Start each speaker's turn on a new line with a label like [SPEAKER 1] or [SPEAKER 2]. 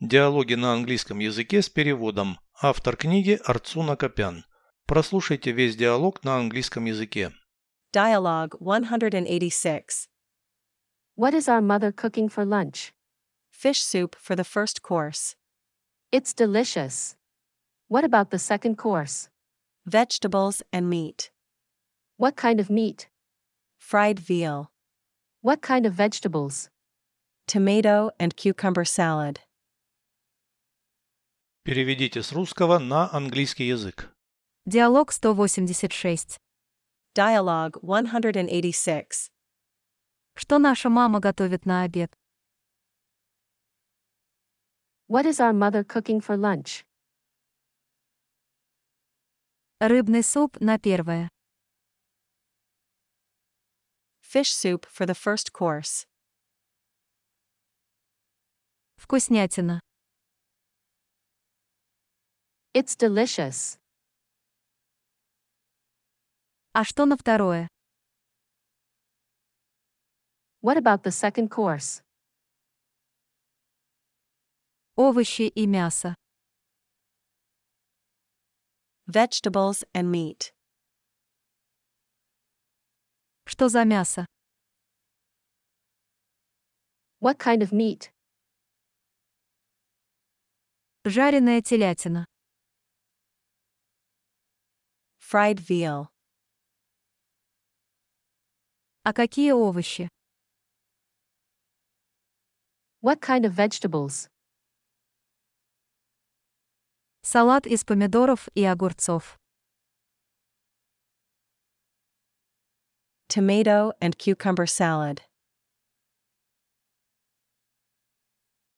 [SPEAKER 1] Диалоги на английском языке с переводом. Автор книги Арцуна Копян. Прослушайте весь диалог на английском языке.
[SPEAKER 2] Dialogue 186.
[SPEAKER 3] What is our mother cooking for lunch?
[SPEAKER 2] Fish soup for the first course.
[SPEAKER 3] It's delicious. What about the second course?
[SPEAKER 2] Vegetables and meat.
[SPEAKER 3] What kind of meat?
[SPEAKER 2] Fried veal.
[SPEAKER 3] What kind of vegetables?
[SPEAKER 2] Tomato and cucumber salad.
[SPEAKER 1] Переведите с русского на английский язык.
[SPEAKER 4] Диалог 186.
[SPEAKER 2] Dialogue 186.
[SPEAKER 4] Что наша мама готовит на обед?
[SPEAKER 3] What is our mother cooking for lunch?
[SPEAKER 4] Рыбный суп на первое.
[SPEAKER 2] Fish soup for the first course.
[SPEAKER 4] Вкуснятина.
[SPEAKER 3] It's delicious.
[SPEAKER 4] А что на второе?
[SPEAKER 3] What about the second course?
[SPEAKER 4] Овощи и мясо.
[SPEAKER 2] Vegetables and meat.
[SPEAKER 4] Что за мясо?
[SPEAKER 3] What kind of meat?
[SPEAKER 4] Жареная телятина.
[SPEAKER 2] Fried veal.
[SPEAKER 4] А какие овощи?
[SPEAKER 3] What kind of vegetables?
[SPEAKER 4] Салат из помидоров и огурцов.
[SPEAKER 2] Tomato and cucumber salad.